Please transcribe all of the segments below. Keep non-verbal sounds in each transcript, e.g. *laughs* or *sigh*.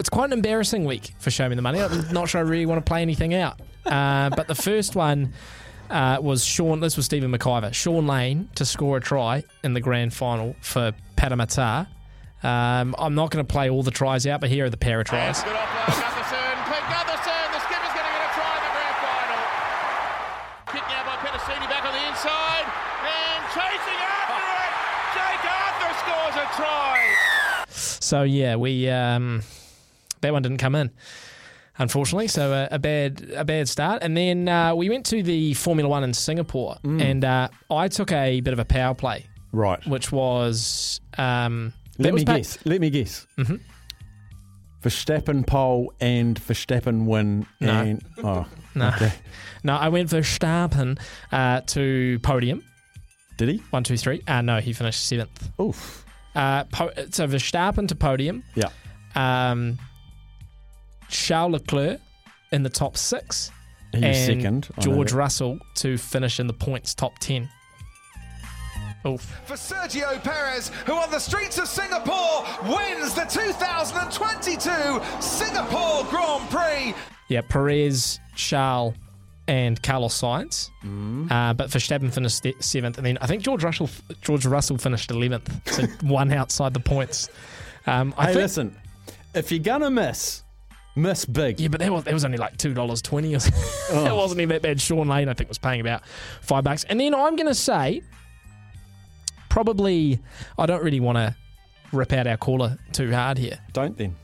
it's quite an embarrassing week for Show Me the Money. I'm not sure I really want to play anything out. Uh, but the first one uh, was Sean. This was Stephen McIver. Sean Lane to score a try in the grand final for Parramatta. Um, I'm not going to play all the tries out, but here are the para tries. Gutherson, Clint Gutherson, the skipper's going to get a try in the grand final. Kicked out by Penasini back on the inside and chasing after Oh. it. Jake Arthur scores a try. So yeah, we um, that one didn't come in, unfortunately. So a, a bad a bad start. And then uh, we went to the Formula One in Singapore, Mm. and uh, I took a bit of a power play, Right. which was um, that Let was me pa- guess. Let me guess. Mm-hmm. Verstappen pole and Verstappen win. No. And, oh, *laughs* No, no, I went for Verstappen uh, to podium did he? one, two, three. Uh, no, he finished seventh. Oof. Uh, po- so Verstappen to podium, Yeah. um, Charles Leclerc in the top six. He was and second. I know George that. Russell to finish in the points top 10. Oof. For Sergio Perez, who on the streets of Singapore wins the 2022 Singapore Grand Prix. Yeah, Perez, Charles, and Carlos Sainz. Mm. Uh, but Verstappen finished st- seventh, and then I think George Russell George Russell finished eleventh, *laughs* so one outside the points. Um, I Hey, think, listen. If you're gonna miss, miss big. yeah, but that was, that was only like two dollars twenty or something. *laughs* Oh. that wasn't even that bad. Sean Lane, I think, was paying about five bucks. And then I'm going to say, probably, I don't really want to rip out our caller too hard here. Don't then.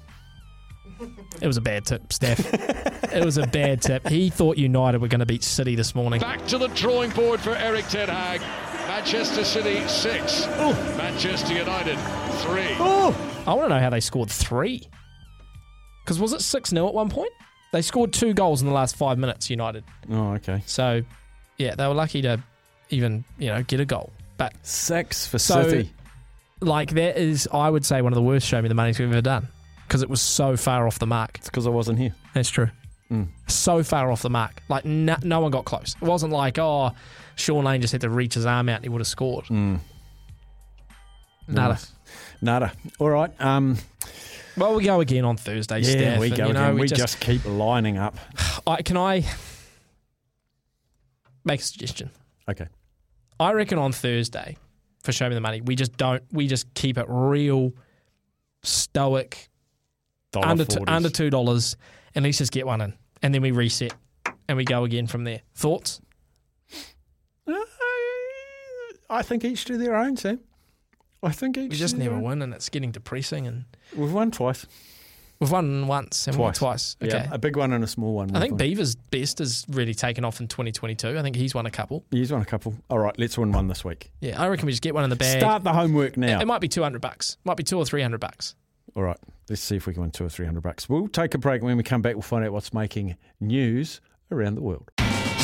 It was a bad tip, Steph. it was a bad tip. He thought United were going to beat City this morning. Back to the drawing board for Eric Ten Hag. Manchester City six, Manchester United three. I want to know how they scored three. Because was it 6 0 at one point? They scored two goals in the last five minutes, United. Oh, okay. So, yeah, they were lucky to even, you know, get a goal. But, Six for So- City. like, that is, I would say, one of the worst show me the money's we've ever done. Because it was so far off the mark. It's because I wasn't here. That's true. Mm. So far off the mark. Like, no, no one got close. It wasn't like, oh, Sean Lane just had to reach his arm out and he would have scored. Nada. Mm. Nice. Nada. All right. Um, Well, we go again on Thursday, yeah, Steph. we and, go you know, again. We, We just, just keep lining up. I, can I make a suggestion? Okay. I reckon on Thursday, for Show Me the Money, we just don't, we just keep it real, stoic, Dollar under, t- 40s. under $2, and let's just get one in. And then we reset and we go again from there. Thoughts? I think each do their own, Sam. I think each. We just do their never own. win, and it's getting depressing. And We've won twice. We've won once and twice. Twice. twice. Okay. Yeah, a big one and a small one. I We've think won. Beaver's best has really taken off in 2022. I think he's won a couple. He's won a couple. All right, let's win one this week. Yeah, I reckon we just get one in the bag. Start the homework now. It might be 200 bucks. Might be two or 300 bucks. All right, let's see if we can win two or three hundred bucks. We'll take a break. When we come back, we'll find out what's making news around the world.